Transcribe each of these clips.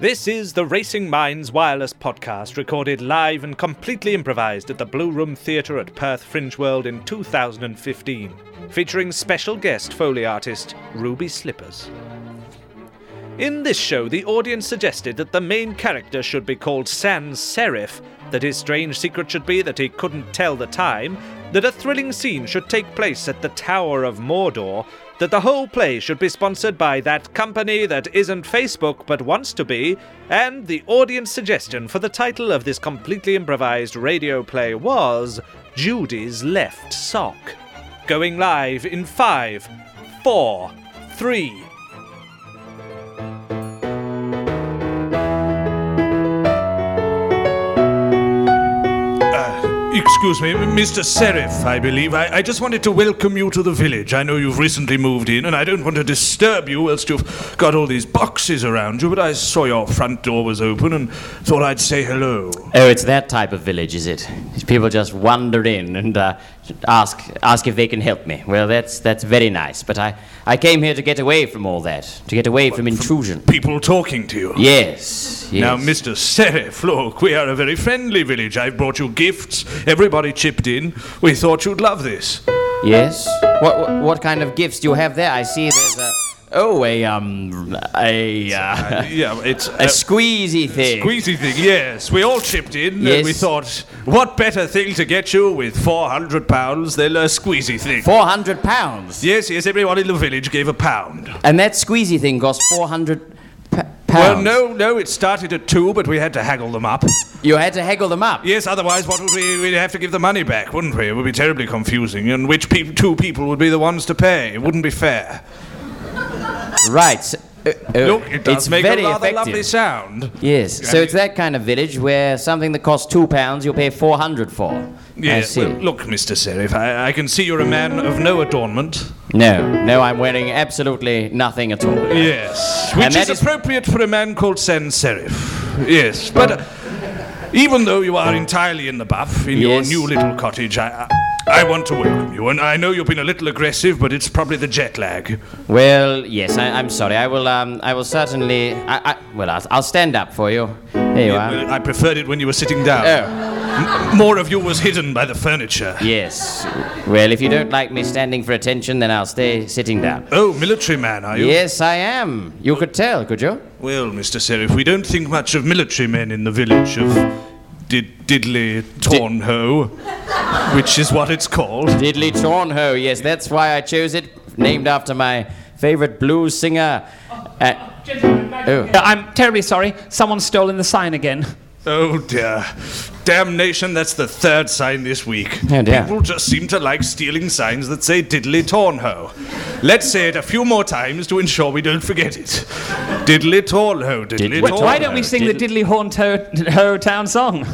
This is the Racing Minds Wireless podcast, recorded live and completely improvised at the Blue Room Theatre at Perth Fringe World in 2015, featuring special guest Foley artist Ruby Slippers. In this show, the audience suggested that the main character should be called Sans Serif, that his strange secret should be that he couldn't tell the time, that a thrilling scene should take place at the Tower of Mordor, that the whole play should be sponsored by that company that isn't Facebook but wants to be, and the audience suggestion for the title of this completely improvised radio play was Judy's Left Sock. Going live in five, four, three. Excuse me, Mr. Serif, I believe. I, I just wanted to welcome you to the village. I know you've recently moved in, and I don't want to disturb you whilst you've got all these boxes around you, but I saw your front door was open and thought I'd say hello. Oh, it's that type of village, is it? People just wander in and uh, ask ask if they can help me. Well, that's that's very nice, but I, I came here to get away from all that, to get away from intrusion. People talking to you. Yes, yes. Now, Mr. Serif, look, we are a very friendly village. I've brought you gifts. Everybody chipped in. We thought you'd love this. Yes. What, what what kind of gifts do you have there? I see there's a oh a um a uh, Yeah, it's a squeezy thing. Squeezy thing, yes. We all chipped in, and we Yes. thought, what better thing to get you with £400 than a squeezy thing? Four hundred pounds. Yes, yes, everyone in the village gave a pound. And that squeezy thing cost four hundred pounds. Well, no, no, it started at two, but we had to haggle them up. You had to haggle them up. Yes, otherwise, what would we? We'd have to give the money back, wouldn't we? It would be terribly confusing, and which peop two people would be the ones to pay? It wouldn't be fair. Right. so- uh, uh, Look, it does it's make a very rather effective. lovely sound. Yes, so it's that kind of village where something that costs two pounds you'll pay four hundred for. I Yes. see. well, look, Mr. Serif, I, I can see you're a man of no adornment. no, no, I'm wearing absolutely nothing at all. Yes, which And is, that is- appropriate for a man called Sans Serif. Yes, but uh, even though you are entirely in the buff in your Yes. new little cottage, I, I I want to welcome you. And I know you've been a little aggressive, but it's probably the jet lag. Well, yes, I, I'm sorry. I will. Um, I will certainly. I, I well, I'll, I'll stand up for you. There you are. I preferred it when you were sitting down. Oh, M- more of you was hidden by the furniture. yes. Well, if you don't like me standing for attention, then I'll stay sitting down. Oh, military man, are you? Yes, I am. You could tell, could you? Well, Mr. Serif, we don't think much of military men in the village of did- Diddley Tornho, which is what it's called. Diddley Tornho. Yes, that's why I chose it, named after my favorite blues singer. Uh, oh. Uh, I'm terribly sorry. Someone's stolen the sign again. Oh dear. Damnation, that's the third sign this week. Oh, dear. People just seem to like stealing signs that say diddly tornho. Let's say it a few more times to ensure we don't forget it. Diddly tornho, diddly Diddly tornho. Why don't we sing the Diddley Horn to- Ho Town song?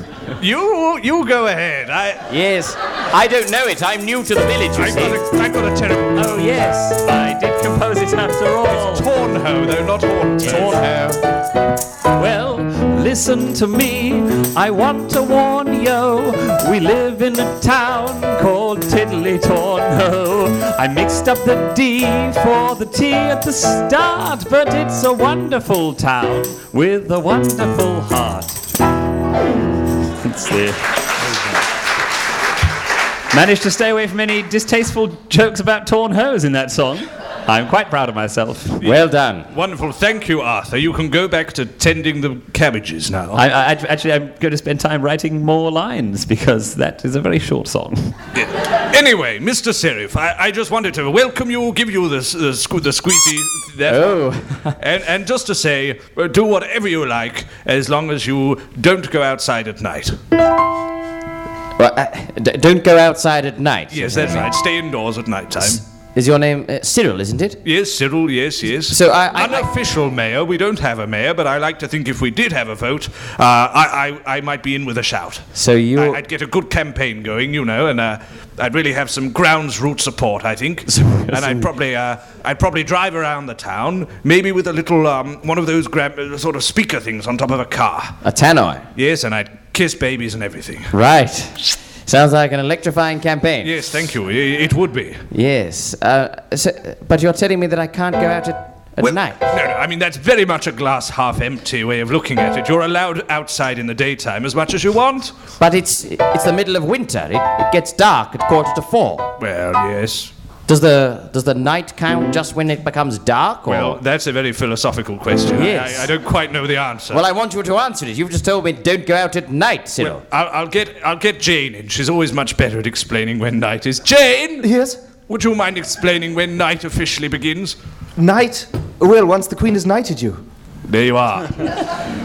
You, you go ahead. I, Yes, I don't know it. I'm new to the village, you I, got, see. a, I got a terrible. Oh, yes. I did compose it after all. Tornho, though not hornho. Tornho. Well, listen to me. I want to warn you. We live in a town called Tiddley Torno. I mixed up the D for the T at the start, but it's a wonderful town with a wonderful heart. It's the. Managed to stay away from any distasteful jokes about torn hose in that song. I'm quite proud of myself. Well done. Wonderful. Thank you, Arthur. You can go back to tending the cabbages now. I, I, act- actually, I'm going to spend time writing more lines because that is a very short song. Anyway, Mr. Serif, I, I just wanted to welcome you, give you the, s- the, sque- the squeezy. That, Oh. and, and just to say, uh, do whatever you like as long as you don't go outside at night. Well, uh, d- don't go outside at night. Yes, that's right. Stay indoors at night time. Is your name uh, Cyril, isn't it? Yes, Cyril, yes, yes. So I- I- Unofficial mayor. We don't have a mayor, but I like to think if we did have a vote, uh, I, I, I might be in with a shout. So I, you. I'd get a good campaign going, you know, and uh, I'd really have some grounds root support, I think. and I'd probably, uh, I'd probably drive around the town, maybe with a little um, one of those gram- uh, sort of speaker things on top of a car. A tannoy. Yes, and I'd kiss babies and everything. Right. Sounds like an electrifying campaign. Yes, thank you. I- It would be. Yes. Uh, so, but you're telling me that I can't go out at. at Well, night. No, no, I mean, that's very much a glass half empty way of looking at it. You're allowed outside in the daytime as much as you want. But it's it's the middle of winter. It, it gets dark at quarter to four. Well, yes. Does the does the night count just when it becomes dark? Or? Well, that's a very philosophical question. I- Yes. I, I don't quite know the answer. Well, I want you to answer it. You've just told me don't go out at night, Cyril. I'll, I'll get I'll get Jane in. She's always much better at explaining when night is. Jane, Yes? would you mind explaining when night officially begins? Knight? Well, once the queen has knighted you. There you are.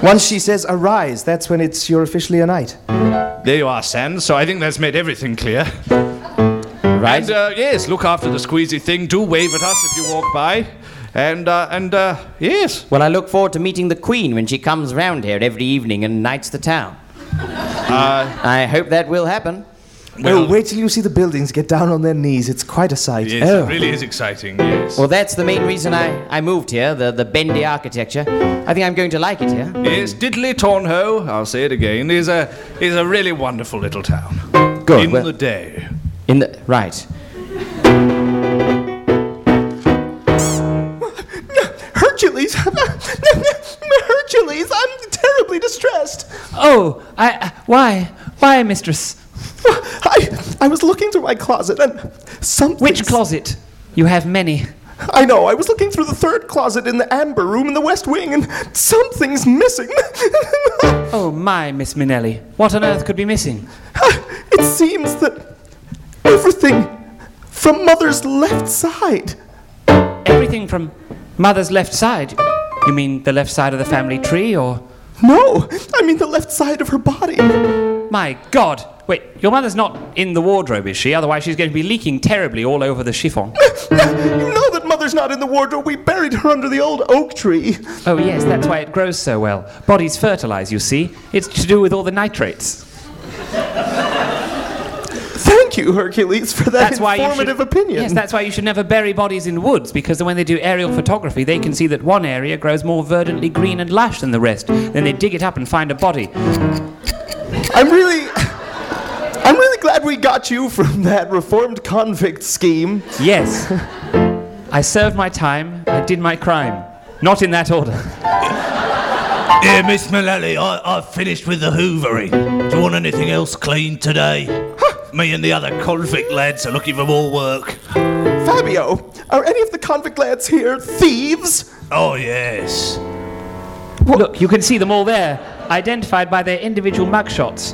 Once she says arise, that's when it's you're officially a knight. there you are, Sans. So I think that's made everything clear. right? And uh, yes, look after the squeezy thing. Do wave at us if you walk by. And uh, and uh, yes, well, I look forward to meeting the Queen when she comes round here every evening and nights the town. Uh, I hope that will happen. Well, Oh, wait till you see the buildings get down on their knees. It's quite a sight. yes, oh. it really is exciting. Yes. Well, that's the main reason I, I moved here, the, the bendy architecture. I think I'm going to like it here. Yes, Diddley Tornhoe, I'll say it again, is a is a really wonderful little town. Good, In well- the day. In the right. Hercules! Hercules, I'm terribly distressed. Oh, I. I- Why? Why, mistress? I, I was looking through my closet and something. Which closet? You have many. I know. I was looking through the third closet in the amber room in the west wing, and something's missing. Oh, my, Miss Minelli. What on earth could be missing? it seems that everything from mother's left side. Everything from mother's left side. You mean the left side of the family tree, or. No, I mean the left side of her body. My God! Wait, your mother's not in the wardrobe, is she? Otherwise, she's going to be leaking terribly all over the chiffon. You know that mother's not in the wardrobe. We buried her under the old oak tree. oh, yes, that's why it grows so well. Bodies fertilize, you see. It's to do with all the nitrates. Thank you, Hercules, for that That's why you informative should, opinion. Yes, that's why you should never bury bodies in woods because then when they do aerial photography, they can see that one area grows more verdantly green and lush than the rest. Then they dig it up and find a body. I'm really. I'm really glad we got you from that reformed convict scheme. Yes, I served my time. I did my crime. Not in that order. Yeah, Miss Mullally, I, I've finished with the hoovering. Do you want anything else clean today? Me and the other convict lads are looking for more work. Fabio, are any of the convict lads here thieves? Oh, yes. Look, you can see them all there, identified by their individual mugshots.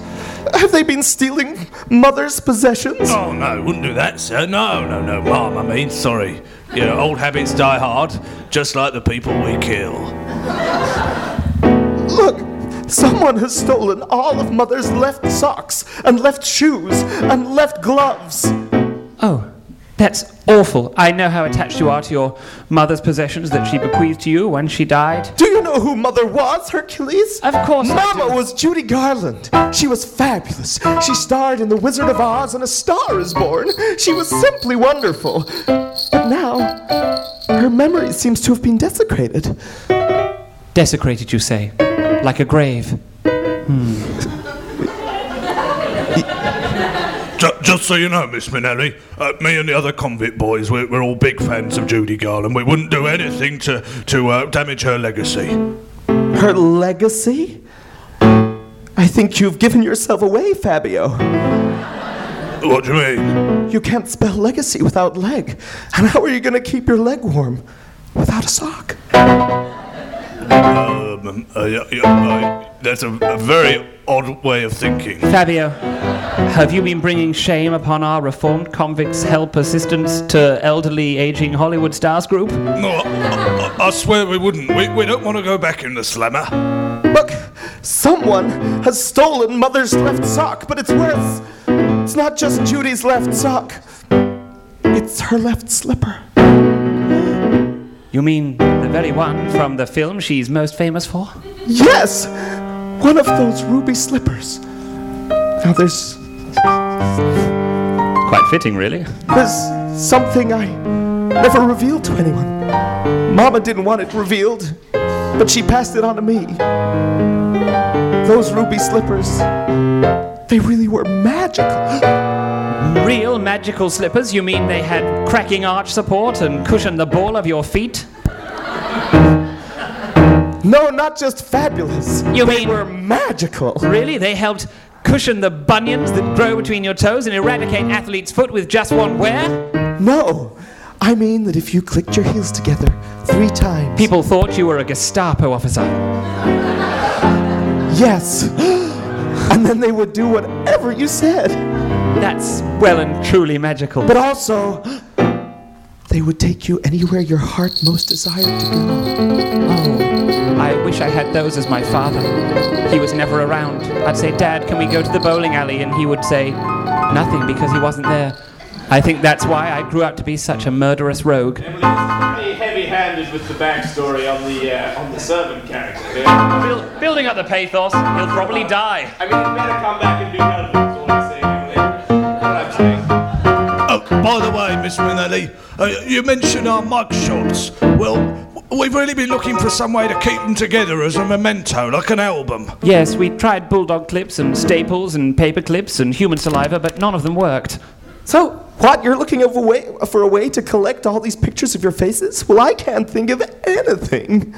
Have they been stealing mother's possessions? Oh, no, wouldn't do that, sir. No, no, no, ma'am, I mean, sorry. You know, old habits die hard, just like the people we kill. Look, someone has stolen all of mother's left socks and left shoes and left gloves. Oh, that's awful. I know how attached you are to your mother's possessions that she bequeathed to you when she died. Do you know who mother was, Hercules? Of course I Mama do. was Judy Garland. She was fabulous. She starred in The Wizard of Oz and A Star is Born. She was simply wonderful. But now, her memory seems to have been desecrated. Desecrated, you say? Like a grave. Hmm. Ju- Just so you know, Miss Minnelli, uh, me and the other convict boys, we're, we're all big fans of Judy Garland. We wouldn't do anything to, to uh, damage her legacy. Um, Her legacy? I think you've given yourself away, Fabio. What do you mean? You can't spell legacy without leg. And how are you going to keep your leg warm without a sock? Um, uh, yeah, yeah, uh, that's a, a very odd way of thinking. Fabio, have you been bringing shame upon our reformed convicts' help assistance to elderly aging Hollywood stars group? No, I, I, I swear we wouldn't. We, we don't want to go back in the slammer. Look, someone has stolen Mother's left sock, but it's worse. It's not just Judy's left sock, it's her left slipper. You mean the very one from the film she's most famous for? Yes, one of those ruby slippers. Now there's Quite fitting, really. there's something I never revealed to anyone. Mama didn't want it revealed, but she passed it on to me. Those ruby slippers, they really were magical. Real magical slippers? You mean they had cracking arch support and cushioned the ball of your feet? No, not just fabulous. You they mean- were magical. Really? They helped cushion the bunions that grow between your toes and eradicate athlete's foot with just one wear? No, I mean that if you clicked your heels together three times. People thought you were a Gestapo officer. Yes. and then they would do whatever you said. That's well and truly magical. But also, they would take you anywhere your heart most desired to go. Oh. I wish I had those as my father. He was never around. I'd say, Dad, can we go to the bowling alley? And he would say, nothing because he wasn't there. I think that's why I grew up to be such a murderous rogue. pretty heavy-handed with the backstory on the uh, on the servant character. Here. Build, building up the pathos, he'll probably die. I mean, you better come back and do none of it. Is all I'm saying. Emily. What I'm saying. Oh, by the way, Miss Minnelli, uh, you mentioned our mug shots. Well, w- we've really been looking for some way to keep them together as a memento, like an album. Yes, we tried bulldog clips and staples and paper clips and human saliva, but none of them worked. So, what? You're looking of a way, for a way to collect all these pictures of your faces? Well, I can't think of anything.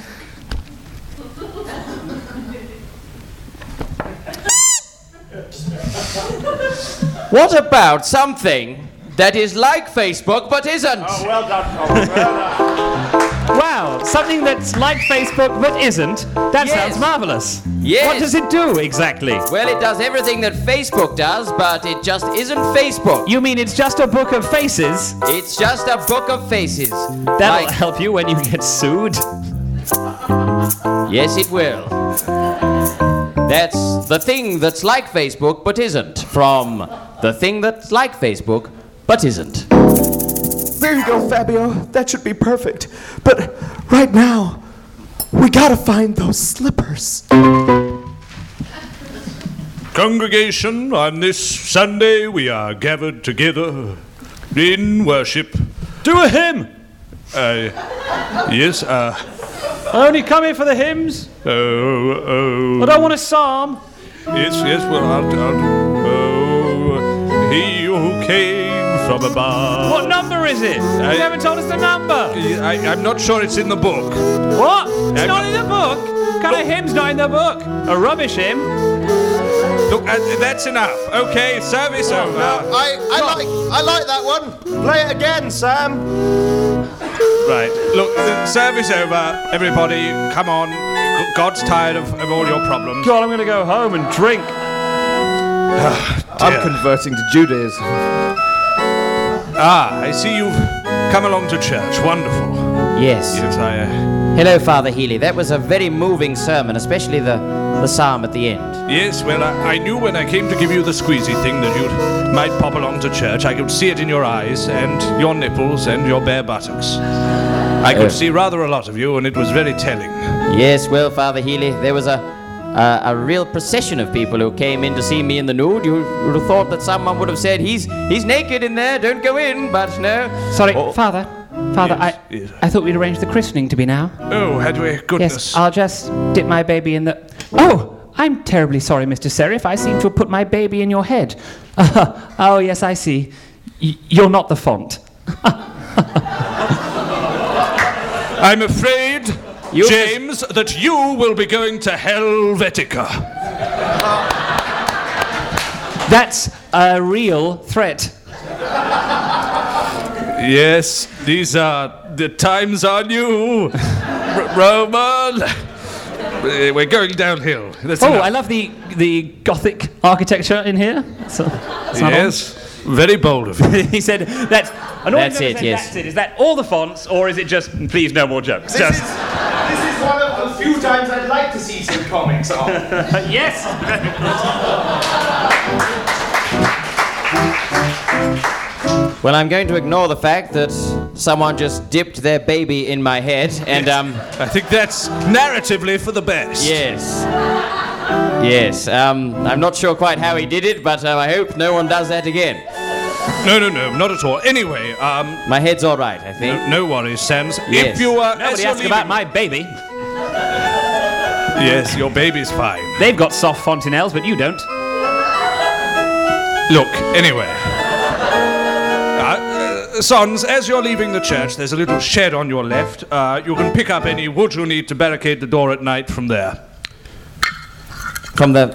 What about something that is like Facebook but isn't? Oh, Well done, Tom. Well done. Wow, something that's like Facebook but isn't? That Yes. sounds marvelous. Yes. What does it do exactly? Well, it does everything that Facebook does, but it just isn't Facebook. You mean it's just a book of faces? It's just a book of faces. That'll Like- help you when you get sued. Yes, it will. That's the thing that's like Facebook but isn't. From the thing that's like Facebook but isn't. There you go, Fabio. That should be perfect. But right now, we gotta find those slippers. Congregation, on this Sunday we are gathered together in worship. Do a hymn! Uh, yes, uh, I only come here for the hymns. oh, oh. I don't want a psalm. Yes, yes, well, I'll, I'll, oh, he who came from above. What number is it? I- you haven't told us the number. I, I'm not sure it's in the book. What? It's not in the book. What kind of hymn's not in the book? A rubbish hymn. Look, uh, that's enough. Okay, service over. I, I like I like that one. Play it again, Sam. Right. Look, the service over. Everybody, come on. G- God's tired of, of all your problems. God, I'm gonna go home and drink. I'm converting to Judaism. Ah, I see you've come along to church. Wonderful. Yes. Yes, I. Uh, Hello, Father Healy. That was a very moving sermon, especially the, the psalm at the end. yes, well, I, I knew when I came to give you the squeezy thing that you might pop along to church. I could see it in your eyes and your nipples and your bare buttocks. I could Oh. see rather a lot of you, and it was very telling. Yes, well, Father Healy, there was a, a, a real procession of people who came in to see me in the nude. You would have thought that someone would have said, he's, he's naked in there, don't go in, but no. Oh, Sorry, Father. Father, Yes, I, yes. I thought we'd arranged the christening to be now. Oh, had we? Yes, Goodness. I'll just dip my baby in the. Oh, I'm terribly sorry, Mr. Serif. I seem to have put my baby in your head. oh, yes, I see. Y- you're not the font. I'm afraid, You- James, that you will be going to Helvetica. That's a real threat. Yes, these are the times are new, R- Roman. Uh, We're going downhill. That's Oh, enough. I love the the Gothic architecture in here. So, it's not on. yes, very bold of you. he said that's. I know That's you're gonna it, say yes. That's it. Is that all the fonts, or is it just please no more jokes? This is, this is one of the few times I'd like to see some comics on. yes. Well, I'm going to ignore the fact that someone just dipped their baby in my head, and um, I think that's narratively for the best. yes. Yes, um, I'm not sure quite how he did it, but uh, I hope no one does that again. No, no, no, not at all. Anyway, um, My head's all right, I think. no, no worries, Sams. If Yes. you are, as Nobody you're asked about leaving- my baby. Yes, your baby's fine. They've got soft fontanelles, but you don't. Look, anyway. Uh, uh, Sons, as you're leaving the church, there's a little shed on your left. Uh, you can pick up any wood you need to barricade the door at night from there. From the.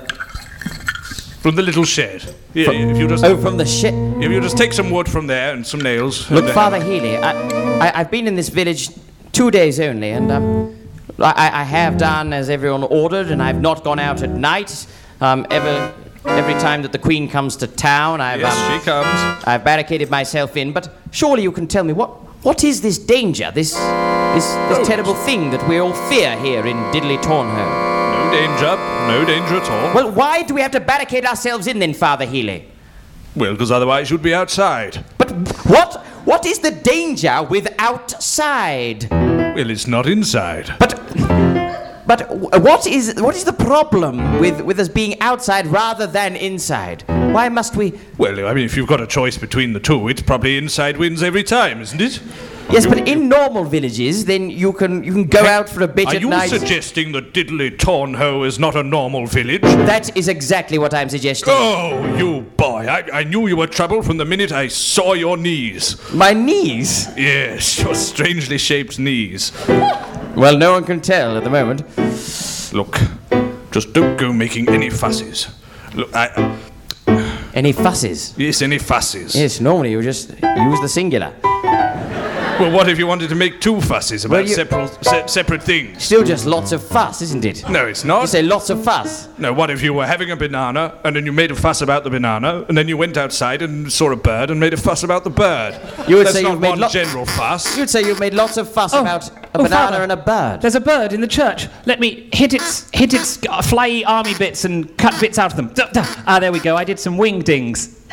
From the little shed. Yeah, if you just Oh, from the shit. if you just take some wood from there and some nails. and Look, then- Father Healy, I, I, I've been in this village two days only, and um, I, I have done as everyone ordered, and I've not gone out at night. Um, ever, every time that the Queen comes to town, I've, um, Yes, she comes. I've barricaded myself in. But surely you can tell me what, what is this danger, this, this, Oh. this terrible thing that we all fear here in Diddley Tornhoe? No danger. No danger at all. Well, why do we have to barricade ourselves in then, Father Healy? Well, because otherwise you'd be outside. But what, what is the danger with outside? Well, it's not inside. But but w- what is what is the problem with with us being outside rather than inside? Why must we? Well, I mean, if you've got a choice between the two, it's probably inside wins every time, isn't it? Yes, but in normal villages, then you can you can go out for a bit Are at you night. suggesting that Diddley Tornhoe is not a normal village? that is exactly what I'm suggesting. Oh, you boy! I, I knew you were trouble from the minute I saw your knees. My knees. Yes, your strangely shaped knees. Well, no one can tell at the moment. Look, just don't go making any fusses. Look, I, Any fusses? yes, any fusses. Yes, normally you just use the singular. Well, what if you wanted to make two fusses about Well, you- separate, se- separate things? Still, just lots of fuss, isn't it? No, it's not. You say lots of fuss. No, what if you were having a banana and then you made a fuss about the banana and then you went outside and saw a bird and made a fuss about the bird? You would That's say not you've made one lo- general fuss. You'd say you've made lots of fuss about a oh, banana Father. and a bird. There's a bird in the church. Let me hit its hit its uh, flyy army bits and cut bits out of them. Duh, duh. Ah, there we go. I did some wing dings.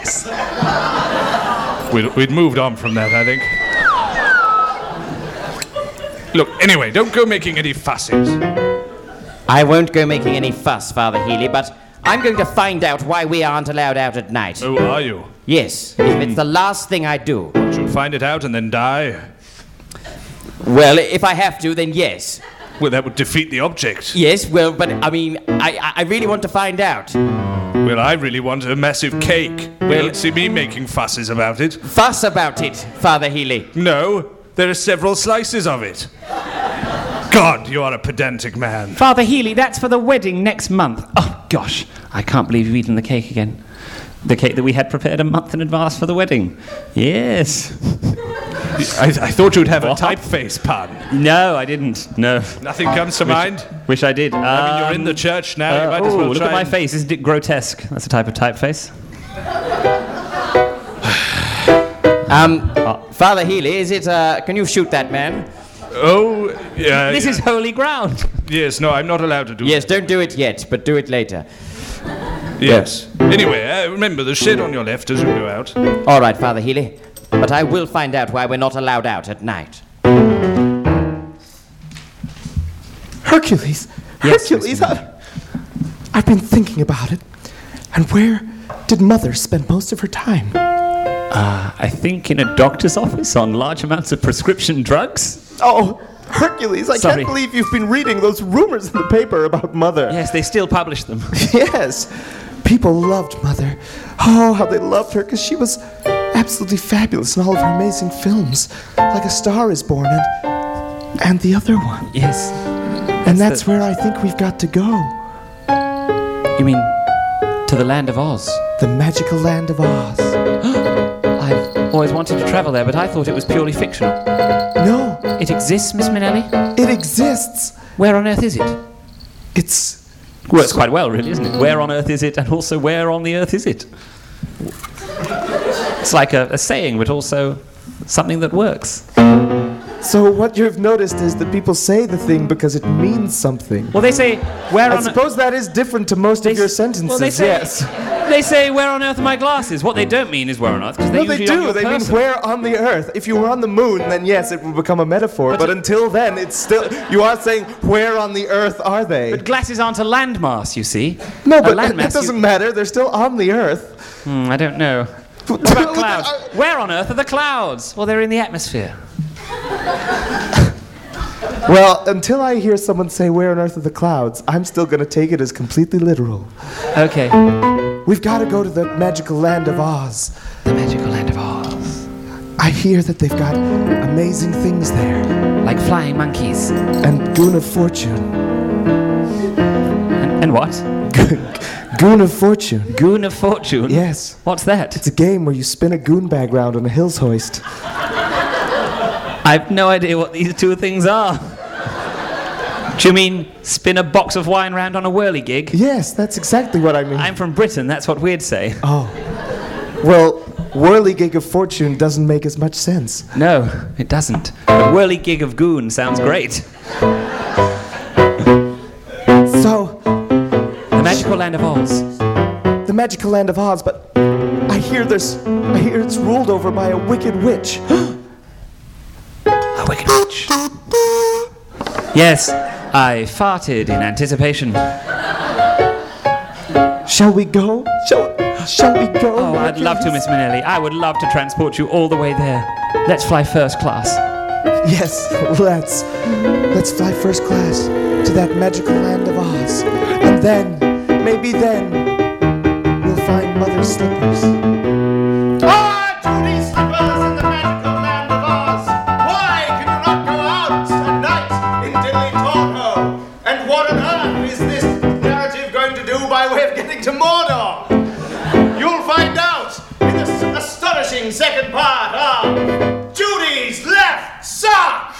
We'd, we'd moved on from that, I think. Look, anyway, don't go making any fusses. I won't go making any fuss, Father Healy, but I'm going to find out why we aren't allowed out at night. Who are you? Yes, if it's the last thing I do. You'll find it out and then die. Well, if I have to, then yes. Well, that would defeat the object. Yes, well, but I mean, I, I- I really want to find out. Well, I really want a massive cake. Well- Well, don't see me making fusses about it. Fuss about it, Father Healy. No, there are several slices of it. God, you are a pedantic man. Father Healy, that's for the wedding next month. Oh gosh, I can't believe you've eaten the cake again. The cake that we had prepared a month in advance for the wedding. Yes. I, I thought you'd have a typeface pun. No, I didn't. No. Nothing comes to mind. Wish I did. I mean, you're in the church now. you might as well oh, look try at my and- face. Isn't it grotesque? That's a type of typeface. Um, Father Healy, is it, uh, can you shoot that man? Oh, yeah. This is holy ground. yes. No, I'm not allowed to do. Yes, don't do it yet, but do it later. Yes. Anyway, uh, remember the shed on your left as you go out. All right, Father Healy, but I will find out why we're not allowed out at night. Hercules. Hercules. I, I've been thinking about it. And where did Mother spend most of her time? uh, I think in a doctor's office on large amounts of prescription drugs. Oh, Hercules, I Sorry. can't believe you've been reading those rumors in the paper about Mother. Yes, they still publish them. Yes. People loved Mother. Oh, how they loved her because she was absolutely fabulous in all of her amazing films, like A Star is Born and, and the other one. yes. and that's where I think we've got to go You mean to the land of Oz? the magical land of Oz. I've always wanted to travel there, but I thought it was purely fictional. No, It exists, Miss Minnelli? it exists. Where on earth is it? It's. Works quite well, really, isn't it? Where on earth is it, and also where on the earth is it? It's like a, a saying, but also something that works. So, what you've noticed is that people say the thing because it means something. Well, they say, where I on suppose that is different to most they of your s- sentences, well, they say, yes. They say, where on earth are my glasses? What they don't mean is where on earth, because they no, they usually are on do. your They person. mean where on the earth. If you were on the moon, then yes, it would become a metaphor. But, But- until then, it's still. You are saying where on the earth are they? But glasses aren't a landmass, you see. no, a but it, landmass, you- doesn't matter. They're still on the earth. Hmm, I don't know. What about clouds? Where on earth are the clouds? Well, they're in the atmosphere. Well, until I hear someone say where on earth are the clouds, I'm still going to take it as completely literal. Okay. We've got to go to the magical land of Oz. The magical land of Oz. I hear that they've got amazing things there. Like flying monkeys. And Goon of Fortune. And, and what? Goon of Fortune. Goon of Fortune? Yes. What's that? It's a game where you spin a goon bag round on a hills hoist. I've no idea what these two things are. Do you mean spin a box of wine round on a whirly gig? Yes, that's exactly what I mean. I'm from Britain, that's what we'd say. Well, Whirligig of Fortune doesn't make as much sense. No, it doesn't. A whirly gig of goon sounds great. So, The magical land of Oz. the magical land of Oz, but I hear there's. I hear it's ruled over by a wicked witch. A wicked witch. Yes, I farted in anticipation. Shall we go? Shall, shall we go? Oh, I'd love to, Miss Minnelli. I would love to transport you all the way there. Let's fly first class. Yes, let's. Let's fly first class to that magical land of Oz. And then, maybe then, we'll find Mother's slippers. Ah, Judy Slippers in the magical land of Oz. Why can you not go out at night in Diddley Torno? And what on earth is this narrative going to do by way of getting to Mordor? You'll find out in the s- astonishing second part of Judy's Left Sock.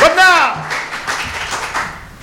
But now,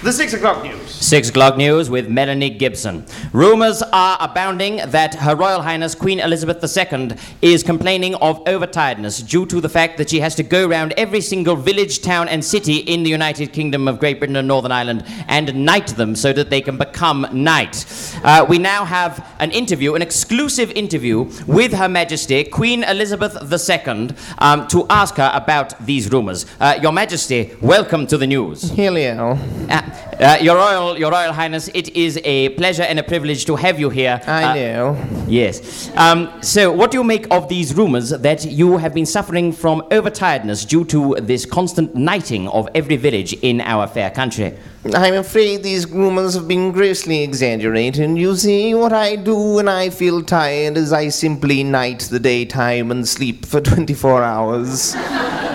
the six o'clock news. Six o'clock news with Melanie Gibson. Rumours are abounding that Her Royal Highness Queen Elizabeth II is complaining of overtiredness due to the fact that she has to go round every single village, town, and city in the United Kingdom of Great Britain and Northern Ireland and knight them so that they can become knight. Uh, we now have an interview, an exclusive interview with Her Majesty Queen Elizabeth II um, to ask her about these rumours. Uh, Your Majesty, welcome to the news. Helio. Uh, Ah. uh, Your Royal, Your Royal Highness, it is a pleasure and a privilege to have you here. I Uh, do. Yes. Um, so, what do you make of these rumors that you have been suffering from overtiredness due to this constant nighting of every village in our fair country? I'm afraid these rumors have been grossly exaggerated. You see, what I do when I feel tired is I simply night the daytime and sleep for 24 hours.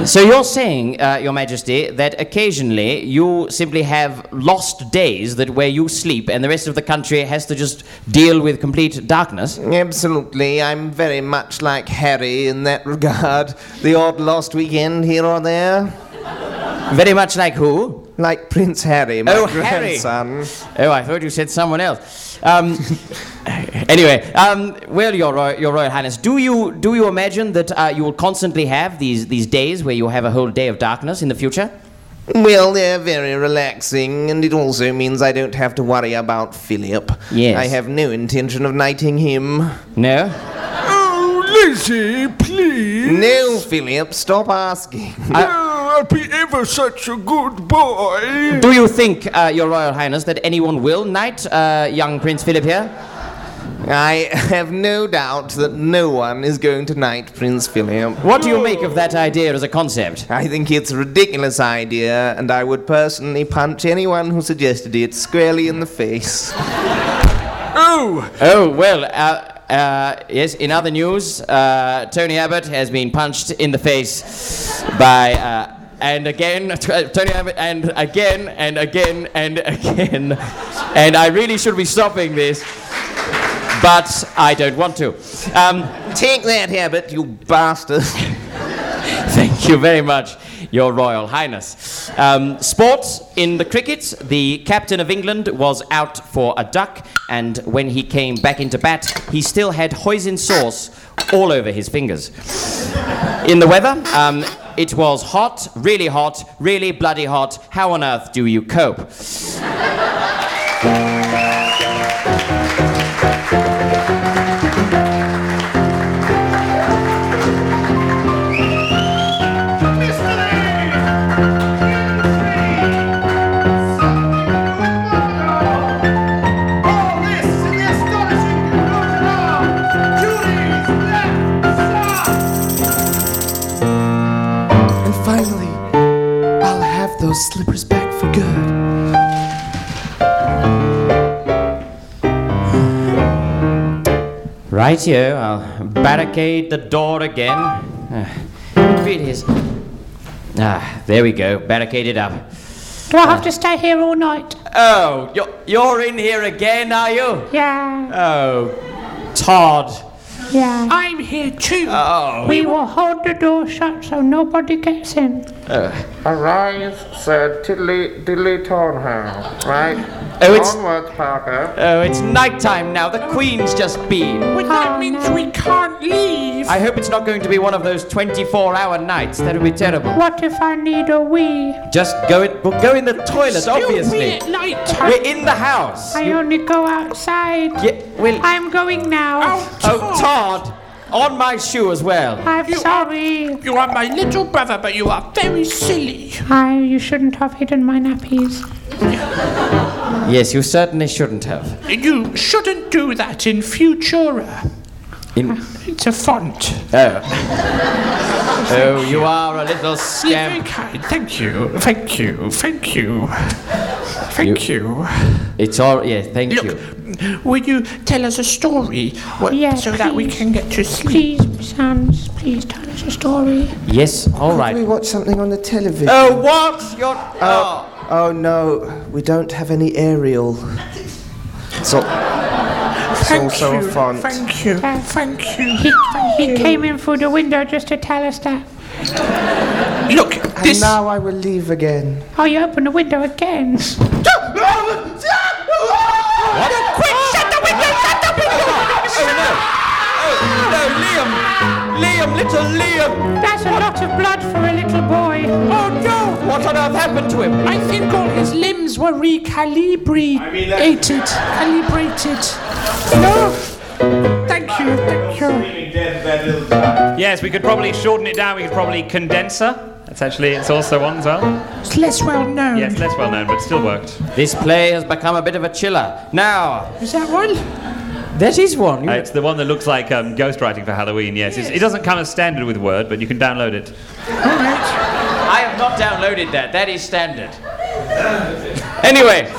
So, you're saying, uh, Your Majesty, that occasionally you simply have lost days that where you sleep and the rest of the country has to just deal with complete darkness? Absolutely, I'm very much like Harry in that regard. The odd lost weekend here or there. Very much like who? Like Prince Harry, my Oh, Harry. grandson. Oh, I thought you said someone else. Um, anyway, um, well, your, Roy- your Royal Highness, do you, do you imagine that uh, you will constantly have these, these days where you have a whole day of darkness in the future? Well, they're very relaxing, and it also means I don't have to worry about Philip. Yes. I have no intention of knighting him. No? Oh, Lizzie, please. No, Philip, stop asking. Uh, Oh, I'll be ever such a good boy. Do you think, uh, Your Royal Highness, that anyone will knight uh, young Prince Philip here? I have no doubt that no one is going to knight Prince Philip. What do you make of that idea as a concept? I think it's a ridiculous idea, and I would personally punch anyone who suggested it squarely in the face. Oh, well, uh, uh, yes, in other news, uh, Tony Abbott has been punched in the face by. Uh, and again, t- uh, Tony Abbott, and again, and again, and again. And I really should be stopping this, but I don't want to. Um, Take that, Habit, you bastard. Thank you very much, Your Royal Highness. Um, sports in the cricket, the captain of England was out for a duck, and when he came back into bat, he still had hoisin sauce all over his fingers. In the weather, um, it was hot, really hot, really bloody hot. How on earth do you cope? And finally, I'll have those slippers back for good. Rightio, I'll barricade the door again. Ah, it is. Ah, there we go, barricaded up. Do I have to stay here all night? Oh, you're, you're in here again, are you? Yeah. Oh, Todd. Yeah. I'm here too. Oh. We will hold the door shut so nobody gets in. Oh. Arise, Sir Tiddly Diddly Tornham, right? Oh, it's- Onwards, Parker. Oh, it's night time now. The Queen's just been. Well, that means we can't leave. I hope it's not going to be one of those 24 hour nights. That would be terrible. What if I need a wee? Just go in, well, go in the toilet, Still obviously. wee at night time. We're in the house. I You- only go outside. Yeah, well- I'm going now. oh, Todd, on my shoe as well. I'm sorry. You are my little brother, but you are very silly. I, you shouldn't have hidden my nappies. Yes, you certainly shouldn't have. You shouldn't do that in Futura. In- It's a font. Oh. oh, you are a little scamp. Thank you, thank you, thank you. Thank you. It's all, yeah, thank you. Would you tell us a story wha- Yeah, so that we please. can get to sleep? Please, Sans, please tell us a story. Yes, all right. We watch something on the television. Uh, Oh, what? You're. Oh, oh no, we don't have any aerial. So, it's also a font. Thank you, Uh, thank you. He, he came in through the window just to tell us that. Look, and this. now I will leave again. Oh, you opened the window again. Mm. What? Quick, shut the window, shut the window! Oh, no. Oh, no, Liam. Liam, little Liam. That's a lot of blood for a little boy. Oh, no. What on earth happened to him? I think all his limbs were recalibrated. Calibrated. No. Thank you, thank you. Yes, we could probably shorten it down. We could probably condenser. That's actually, it's also one as well. It's less well known. Yes, less well known, but still worked. This play has become a bit of a chiller. Now, Is that one? that is one. Uh, it's the one that looks like um, ghostwriting for Halloween, yes. It's, it doesn't come as standard with Word, but you can download it. All right. I have not downloaded that. That is standard. anyway,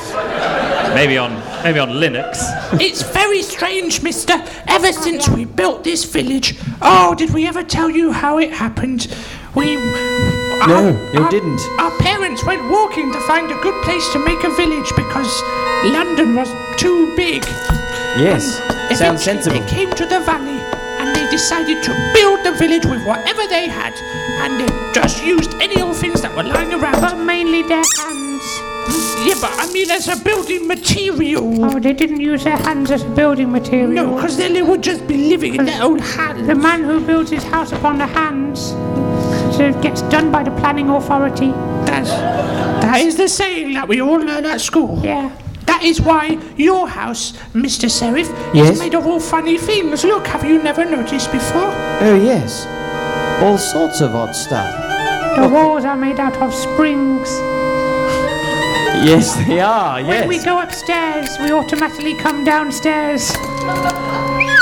Maybe on, maybe on Linux. It's very strange, mister. Ever since we built this village, oh, did we ever tell you how it happened? We. No, our- you our- didn't. Our parents went walking to find a good place to make a village because London was too big. yes, sounds Eventually, Um, sensible. They came to the valley and they decided to build the village with whatever they had, and they just used any old things that were lying But around. mainly their hands. Yeah, but I mean, as a building material. Oh, they didn't use their hands as building material. No, because then they would just be living in their own hands. The man who builds his house upon the hands so it gets done by the planning authority. That's, that is the saying that we all learn at school. Yeah. That is why your house, Mr. Serif, Yes? is made of all funny things. Look, have you never noticed before? Oh, yes. All sorts of odd stuff. The walls are made out of springs. Yes, they are, yes. When we go upstairs, we automatically come downstairs.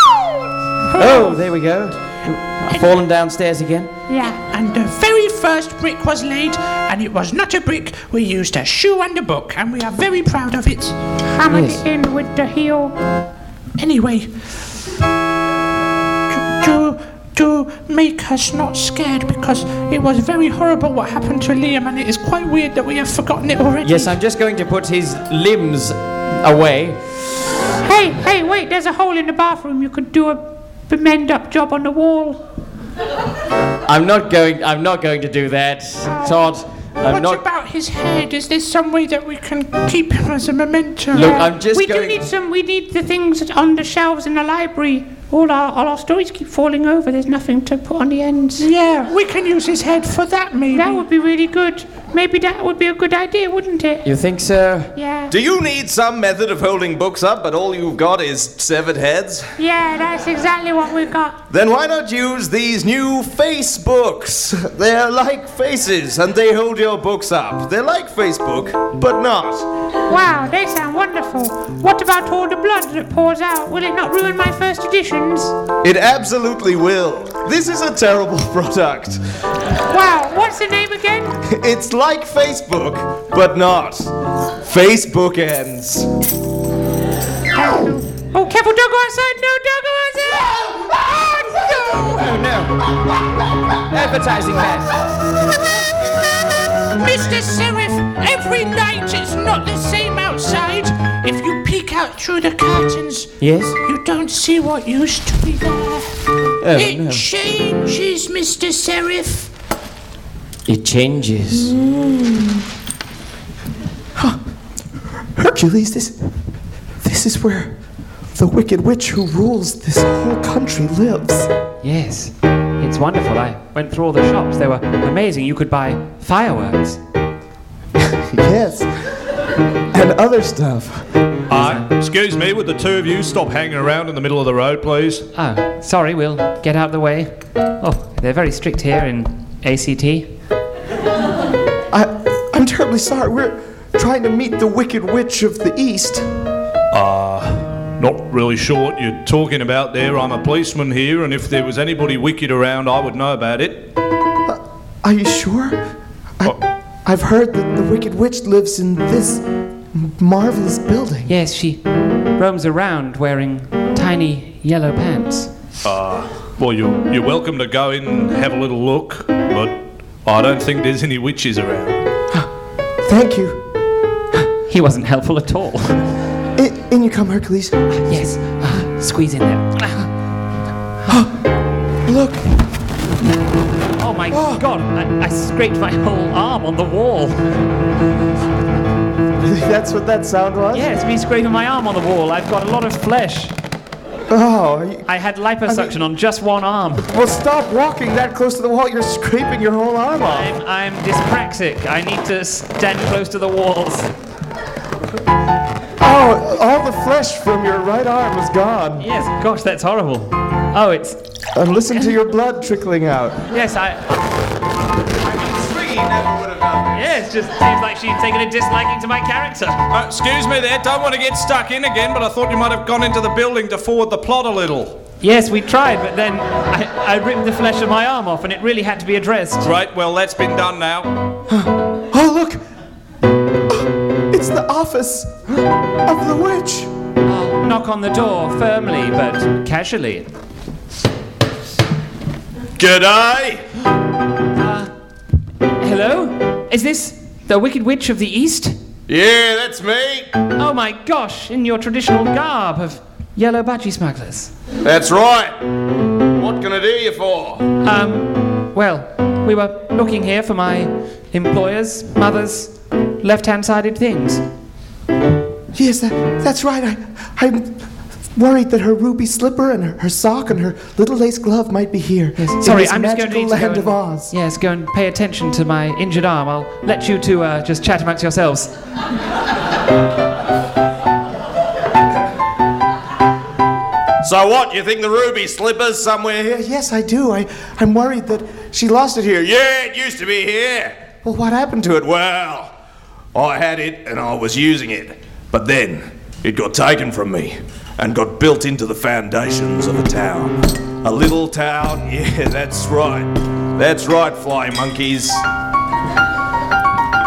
Oh, there we go. I've fallen downstairs again. Yeah. And the very first brick was laid, and it was not a brick. We used a shoe and a book, and we are very proud of it. Hammered Yes. it in with the heel. Anyway, to, to, to make us not scared, because it was very horrible what happened to Liam, and it is quite weird that we have forgotten it already. Yes, I'm just going to put his limbs away. Hey, hey, wait, there's a hole in the bathroom. You could do a mend up job on the wall. I'm not going. I'm not going to do that, Todd. I'm what not. about his head? Is there some way that we can keep him as a memento? Look, I'm just we going. do need some. We need the things that- on the shelves in the library. All our all our stories keep falling over. There's nothing to put on the ends. yeah, we can use his head for that, maybe. That would be really good. Maybe that would be a good idea, wouldn't it? you think so? Yeah. Do you need some method of holding books up, but all you've got is severed heads? Yeah, that's exactly what we got. Then why not use these new Facebooks? They're like faces, and they hold your books up. They're like Facebook, but not. Wow, they sound wonderful. What about all the blood that pours out? Will it not ruin my first editions? It absolutely will. This is a terrible product. Wow, what's the name again? It's like Facebook, but not. Facebook ends. oh, careful, don't go outside! No, Oh, don't go outside! Advertising man. Mr. Seraph, every night it's not the same outside. If you peek out through the curtains, Yes? you don't see what used to be there. Oh, it no. changes, Mr. Seraph. It changes. Hercules, this this is where the wicked witch who rules this whole country lives. Yes, it's wonderful. I went through all the shops. They were amazing. You could buy fireworks. yes, and other stuff. Uh, excuse me, would the two of you stop hanging around in the middle of the road, please? Oh, sorry, we'll get out of the way. Oh, they're very strict here in ACT. I I'm terribly sorry. We're trying to meet the wicked witch of the east. Uh, not really sure what you're talking about there. I'm a policeman here, and if there was anybody wicked around, I would know about it. Are you sure? I, I've heard that the wicked witch lives in this marvelous building. Yes, she roams around wearing tiny yellow pants. Uh, well, you're, you're welcome to go in and have a little look, but I don't think there's any witches around. Thank you. He wasn't helpful at all. In, in you come, Hercules. Yes, uh, squeeze in there. Look. Oh my god, I, I scraped my whole arm on the wall. That's what that sound was? Yeah, it's me scraping my arm on the wall. I've got a lot of flesh. Oh, I had liposuction on just one arm. Well, stop walking that close to the wall. You're scraping your whole arm off. I'm, I'm dyspraxic. I need to stand close to the walls. Oh, all the flesh from your right arm is gone. Yes, gosh, that's horrible. Oh, it's. And listen to your blood trickling out. Yes, I. Yeah, it just seems like she's taken a disliking to my character. Uh, excuse me there, don't want to get stuck in again, but I thought you might have gone into the building to forward the plot a little. Yes, we tried, but then I, I ripped the flesh of my arm off, and it really had to be addressed. Right, well, that's been done now. Oh, look! It's the office of the witch. I'll knock on the door firmly, but casually. G'day! Uh, Hello? Is this the Wicked Witch of the East? Yeah, that's me. Oh my gosh, in your traditional garb of yellow budgie smugglers. That's right. What can I do you for? Um, well, we were looking here for my employer's mother's left hand sided things. Yes, that, that's right. I, I'm worried that her ruby slipper and her, her sock and her little lace glove might be here. in Sorry, this I'm just going to magical need to go land and, of Oz. Yes, go and pay attention to my injured arm. I'll let you two uh, just chat amongst yourselves. So what? You think the ruby slippers somewhere here? Yes, I do. I, I'm worried that she lost it here. Yeah, it used to be here. Well, what happened to But well, I had it and I was using it, but then it got taken from me and got built into the foundations of a town. A little town. Yeah, that's right. That's right, fly monkeys.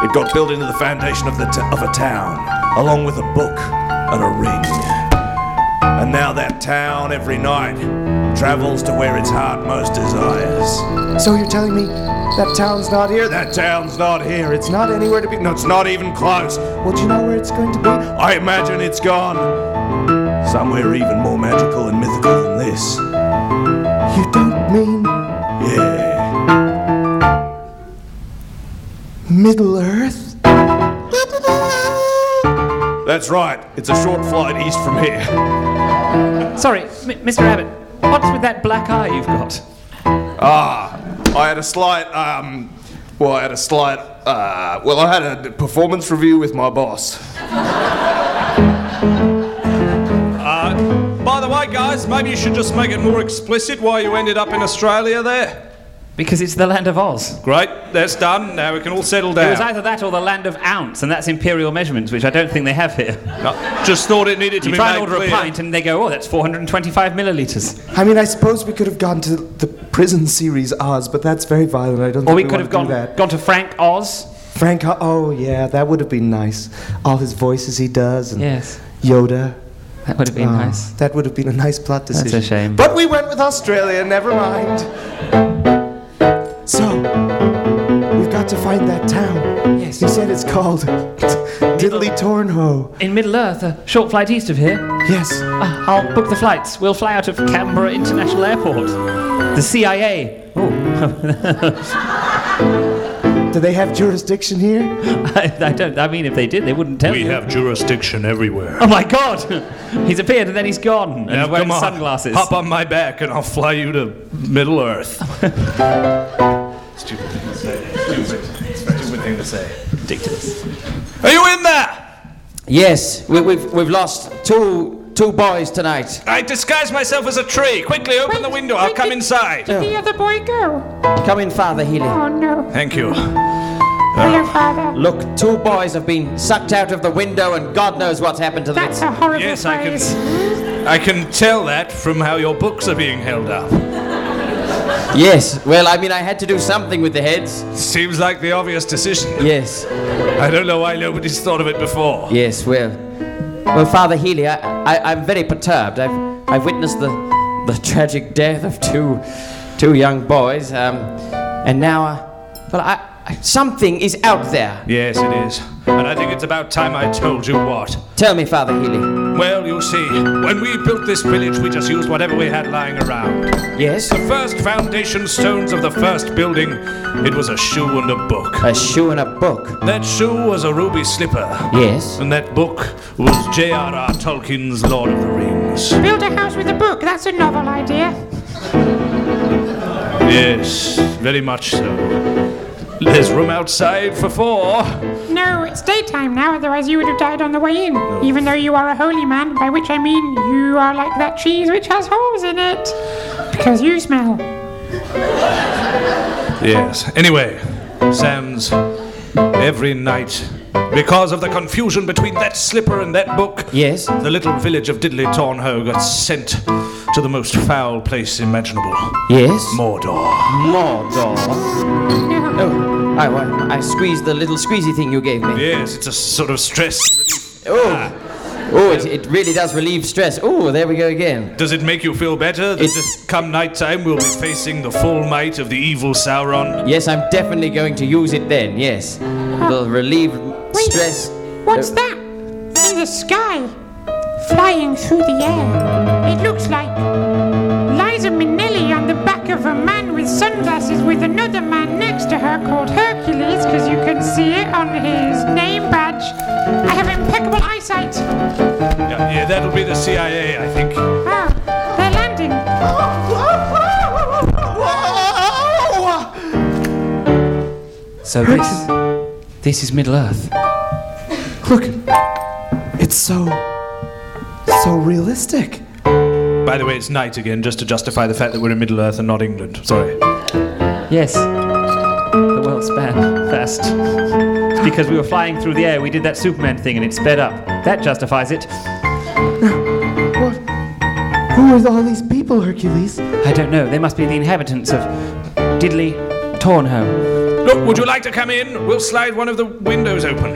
It got built into the foundation of the t- of a town, along with a book and a ring. And now that town every night travels to where its heart most desires. it? So you're telling me that town's not here? That town's not here. It's not anywhere to be. No, it's not even close. Well, do you know where it's going to be? I imagine it's gone. Somewhere even more magical and mythical than this. You don't mean Yeah. Middle Earth? That's right. It's a short flight east from here. Sorry, M- Mr. Abbott, what's with that black eye you've got? Ah, I had a slight, um, well, I had a slight, uh, well, I had a performance review with my boss. Uh, by the way, guys, maybe you should just make it more explicit why you ended up in Australia there. Because it's the land of Oz. Great, that's done. Now we can all settle It down. was either that or the land of ounce, and that's imperial measurements, which I don't think they have here. just thought it needed to you be try and made order clear. a pint, and they go, "Oh, that's 425 milliliters." I mean, I suppose we could have gone to the prison series Oz, but that's very violent. I don't Or think we we, could want to have do gone that. gone to Frank Oz. Frank, uh, oh yeah, that would have been nice. All his voices he does and Yes. Yoda. That would have been Oh, nice. That would have been a nice plot That's a decision. shame. But we went with Australia, never mind. So, we've got to find that town. Yes. You said it's called Diddley Tornho. In Middle Earth, a short flight east of here. Yes. Ah, I'll book the flights. We'll fly out of Canberra International Airport. The CIA. Oh. Do they have jurisdiction here? I, I don't. I mean, if they did, they wouldn't tell We you. have jurisdiction everywhere. Oh my God! he's appeared and then he's gone. And he's Now wearing come on, sunglasses. hop on my back and I'll fly you to Middle Earth. Stupid thing to say. Stupid. Stupid thing to say. Ridiculous. Are you in there? Yes, we, we've, we've lost two, two boys tonight. I disguise myself as a tree. Quickly open the window. I'll come inside. Did the other boy go? Come in, Father Healy. Oh no. Thank you. Oh. Uh, Hello, Father. Look, two boys have been sucked out of the window, and God knows what's happened to them. That's a horrible Yes, I can. phrase. I can tell that from how your books are being held up. Yes. Well, I mean, I had to do something with the heads. Seems like the obvious decision. Yes. I don't know why nobody's thought of it before. Yes, well, well, Father Healy, I, I, I'm very perturbed. I've, I've witnessed the, the tragic death of two, two young boys, um, and now, uh, well, I, I, something is out there. Yes, it is. And I think it's about time I told you what. Tell me, Father Healy. Well, you see, when we built this village, we just used whatever we had lying around. Yes? The first foundation stones of the first building, it was a shoe and a book. A shoe and a book. That shoe was a ruby slipper. Yes. And that book was J.R.R. Tolkien's Lord of the Rings. Build a house with a book. That's a novel idea. Yes, very much so. There's room outside for four. No, it's daytime now, otherwise you would have died on the way in. Even though you are a holy man, by which I mean you are like that cheese which has holes in it. Because you smell. Yes. Anyway, Sam's every night. Because of the confusion between that slipper and that book, yes, the little village of Diddley Tornho got sent to the most foul place imaginable. Yes? Mordor. Mordor. Oh, I, well, I squeezed the little squeezy thing you gave me. Yes, it's a sort of stress. Oh, oh it, it really does relieve stress. Oh, there we go again. Does it make you feel better that this come nighttime we'll be facing the full might of the evil Sauron? Yes, I'm definitely going to use it then, yes. It'll relieve stress. What's Uh, that? In the sky. Flying through the air. It looks like Liza Minnelli on the back of a man with sunglasses with another man next to her called Hercules, because you can see it on his name badge. I have impeccable eyesight. Yeah, yeah, that'll be the CIA, I think. Oh, they're landing. So this, this is Middle Earth. Look, it's so, so realistic. By the way, it's night again, just to justify the fact that we're in Middle Earth and not England. Sorry. Yes. The world span fast. It's because we were flying through the air, we did that Superman thing and it sped up. That justifies it. Who are all these people, Hercules? I don't know. They must be the inhabitants of Diddley Tornholm. Look, would you like to come in? We'll slide one of the windows open.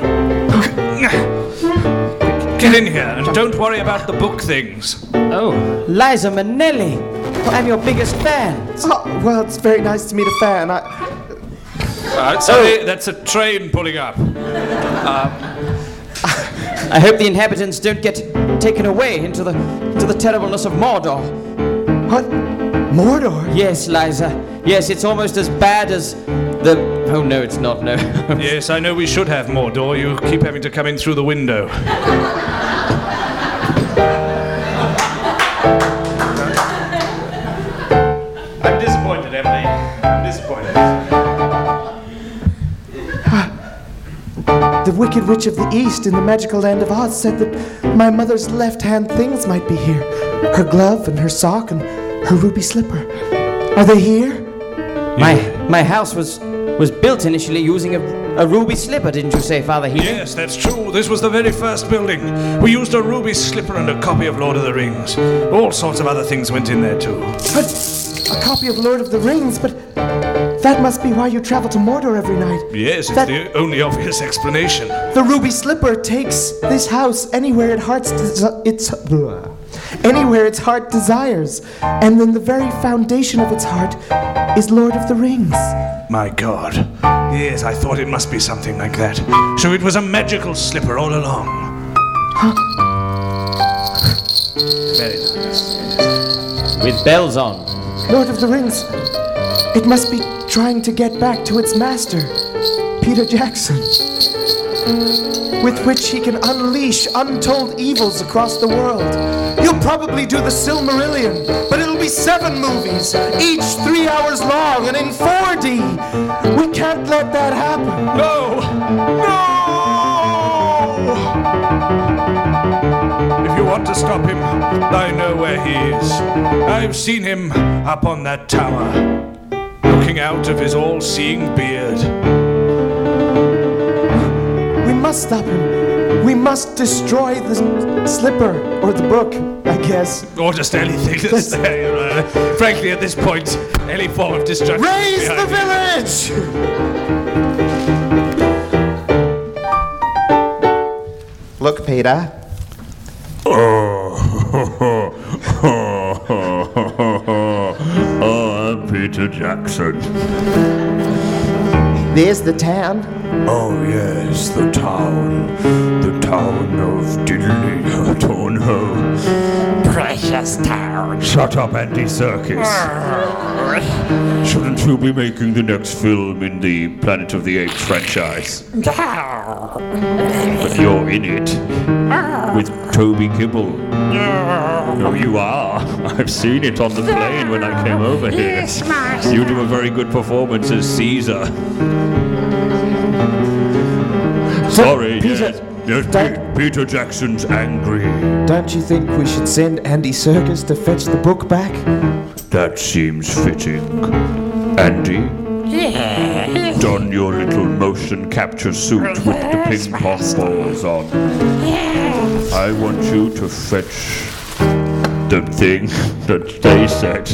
Get in here and don't worry about the book things. Oh. Liza Minnelli, I'm your biggest fan. Oh, well, it's very nice to meet a fan. I, Uh, Oh. sorry, that's a train pulling up. Uh, I hope the inhabitants don't get taken away into the into the terribleness of Mordor. What? Mordor? Yes, Liza. Yes, it's almost as bad as the Oh no, it's not, no. yes, I know we should have more door. You keep having to come in through the window. I'm disappointed, Emily. I'm disappointed. The Wicked Witch of the East in the magical land of Oz said that my mother's left hand things might be here her glove and her sock and her ruby slipper. Are they here? my my house was was built initially using a, a ruby slipper, didn't you say, Father Healy? Yes, that's true. This was the very first building. We used a ruby slipper and a copy of Lord of the Rings. All sorts of other things went in there too. But a copy of Lord of the Rings, but That must be why you travel to Mordor every night. Yes, it's That- the only obvious explanation. The ruby slipper takes this house anywhere it heart's desi- its blah. anywhere its heart desires, and then the very foundation of its heart is Lord of the Rings. My god. Yes, I thought it must be something like that. So it was a magical slipper all along. Very nice. With bells on. Lord of the Rings, it must be trying to get back to its master, Peter Jackson, with which he can unleash untold evils across the world. You'll probably do the Silmarillion, but it'll be seven movies, each three hours long and in 4D. We can't let that happen. No! If you want to stop him, I know where he is. I've seen him up on that tower, looking out of his all seeing beard. We must stop him. We must destroy the s- slipper or the book, I guess. Or just anything that's there. uh, frankly, at this point, any form of destruction. Raise the village! Look, Peter. Oh, oh, I'm Peter Jackson. There's the town. Oh, yes, the town. The town of Diddley Tornho. Precious town. Shut up, Andy Circus. Shouldn't you be making the next film in the Planet of the Apes franchise? But you're in it with Toby Kibble. Oh, you are. I've seen it on the plane when I came over here. Yes, master. You do a very good performance as Caesar. Sorry, yes. Yes, Pe- Peter Jackson's angry. Don't you think we should send Andy Serkis to fetch the book back? That seems fitting. Andy, Yes. don your little motion capture suit with the ping pong balls on. I want you to fetch the thing that they said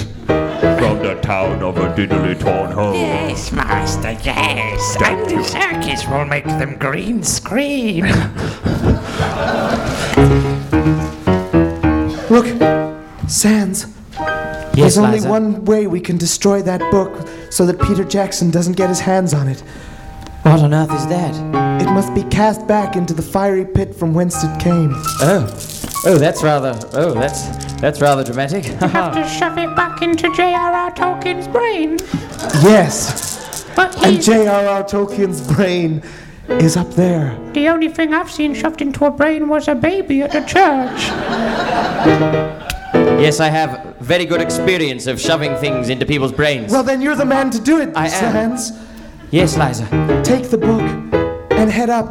from the town of a diddly torn hole. Yes, master, yes. Thank and the you. circus will make them green scream. Look, Sans. There's only Liza? one way we can destroy that book so that Peter Jackson doesn't get his hands on it. What on earth is that? It must be cast back into the fiery pit from whence it came. Oh, oh, that's rather. Oh, that's that's rather dramatic. Have to shove it back into J.R.R. Tolkien's brain. Yes. But And he's J.R.R. Tolkien's brain is up there. the only thing I've seen shoved into a brain was a baby at a church. yes, I have very good experience of shoving things into people's brains. Well, then you're the man to do it, I am. Sans. Yes, Liza. Take the book and head up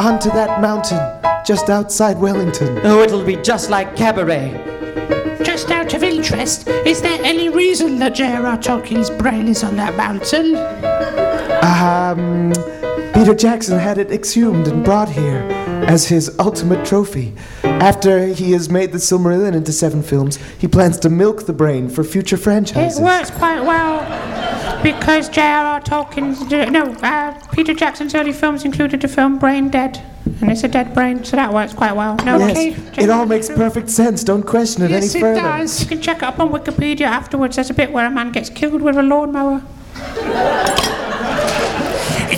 onto that mountain just outside Wellington. Oh, it'll be just like Cabaret. Just out of interest, is there any reason that J.R.R. Tolkien's brain is on that mountain? Um, Peter Jackson had it exhumed and brought here as his ultimate trophy. After he has made the Silmarillion into seven films, he plans to milk the brain for future It franchises. works quite well because J.R.R. Tolkien's no uh, Peter Jackson's early films included the film Brain Dead, and it's a dead brain, so that works quite well. No, yes, okay. it all makes perfect sense. Don't question it yes, any it further. does. You can check it up on Wikipedia afterwards. There's a bit where a man gets killed with a lawnmower.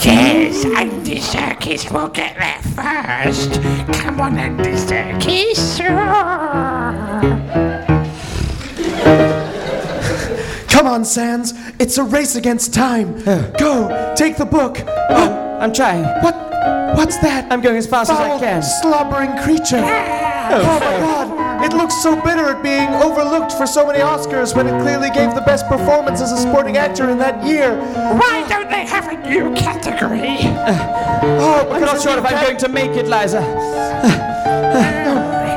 Yes, Andy Circus will get there first. Come on, Andy Circus. Come on, Sans. It's a race against time. Go, take the book. I'm trying. What? What's that? I'm going as fast as I can. Slobbering creature. Oh my God! It looks so bitter at being overlooked for so many Oscars when it clearly gave the best performance as a supporting actor in that year. Why don't they have a new category? Oh, I'm not sure if I'm going to make it, Liza.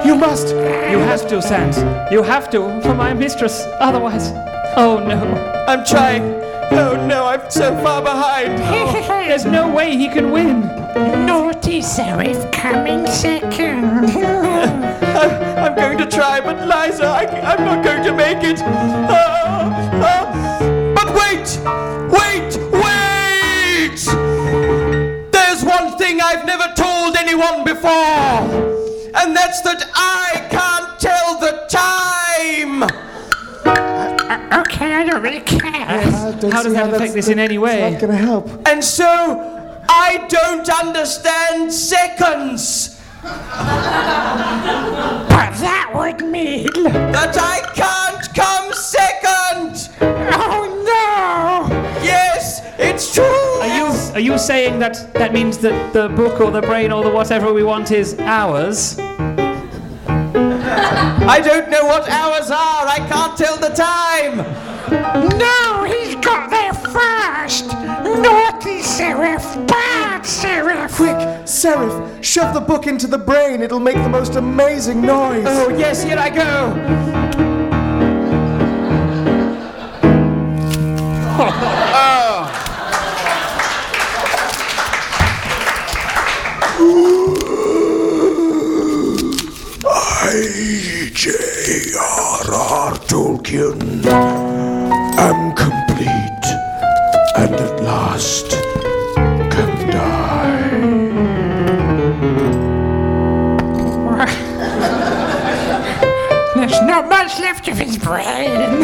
You must. You have to, Sans. You have to for my mistress. Otherwise, oh no. I'm trying. Oh no, I'm so far behind. There's no way he can win. Naughty Serif coming second. I'm going to try, but Liza, I, Ah, I'm not going to make it. But wait! Wait! that's that I can't tell the time! Okay, I don't really care. How does that affect this in any way? Not gonna help. And so, I don't understand seconds! But that would mean that I can't come second! Oh no! Yes, it's true! Are you are you saying that that means that the book or the brain or the whatever we want is ours? I don't know what hours are. I can't tell the time. No, he's got there first. Naughty Seraph, bad Seraph. Quick, Seraph, shove the book into the brain. It'll make the most amazing noise. Oh, yes, here I go. oh. I, J.R.R. Tolkien, am complete and at last can die. There's not much left of his brain.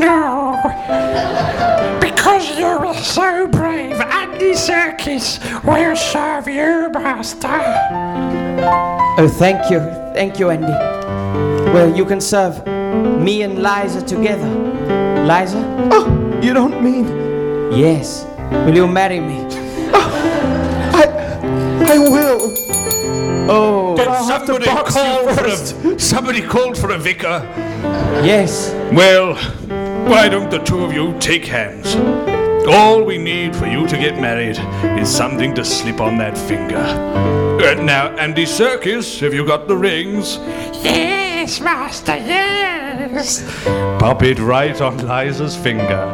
no. Because you were so brave, Andy Circus will serve you, master. Oh, thank you. Thank you, Andy. Well, you can serve me and Liza together. Liza? Oh, you don't mean. Yes. Will you marry me? I will. Oh. Did somebody call for a somebody called for a vicar? Yes. Well, why don't the two of you take hands? All we need for you to get married is something to slip on that finger. Uh, now, Andy Serkis, have you got the rings? Yes, master, yes. Pop it right on Liza's finger.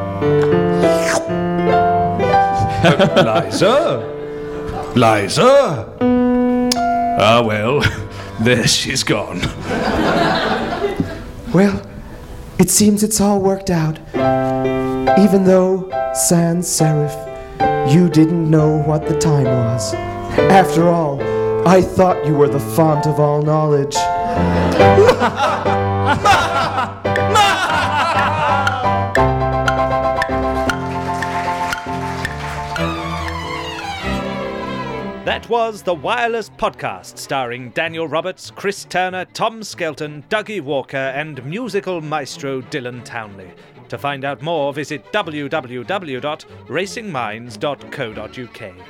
Liza? Liza? Ah, well, there she's gone. Well, it seems it's all worked out. Even though, sans serif, you didn't know what the time was. After all, I thought you were the font of all knowledge. That was the Wireless Podcast, starring Daniel Roberts, Chris Turner, Tom Skelton, Dougie Walker, and musical maestro Dylan Townley. To find out more, visit www.racingminds.co.uk.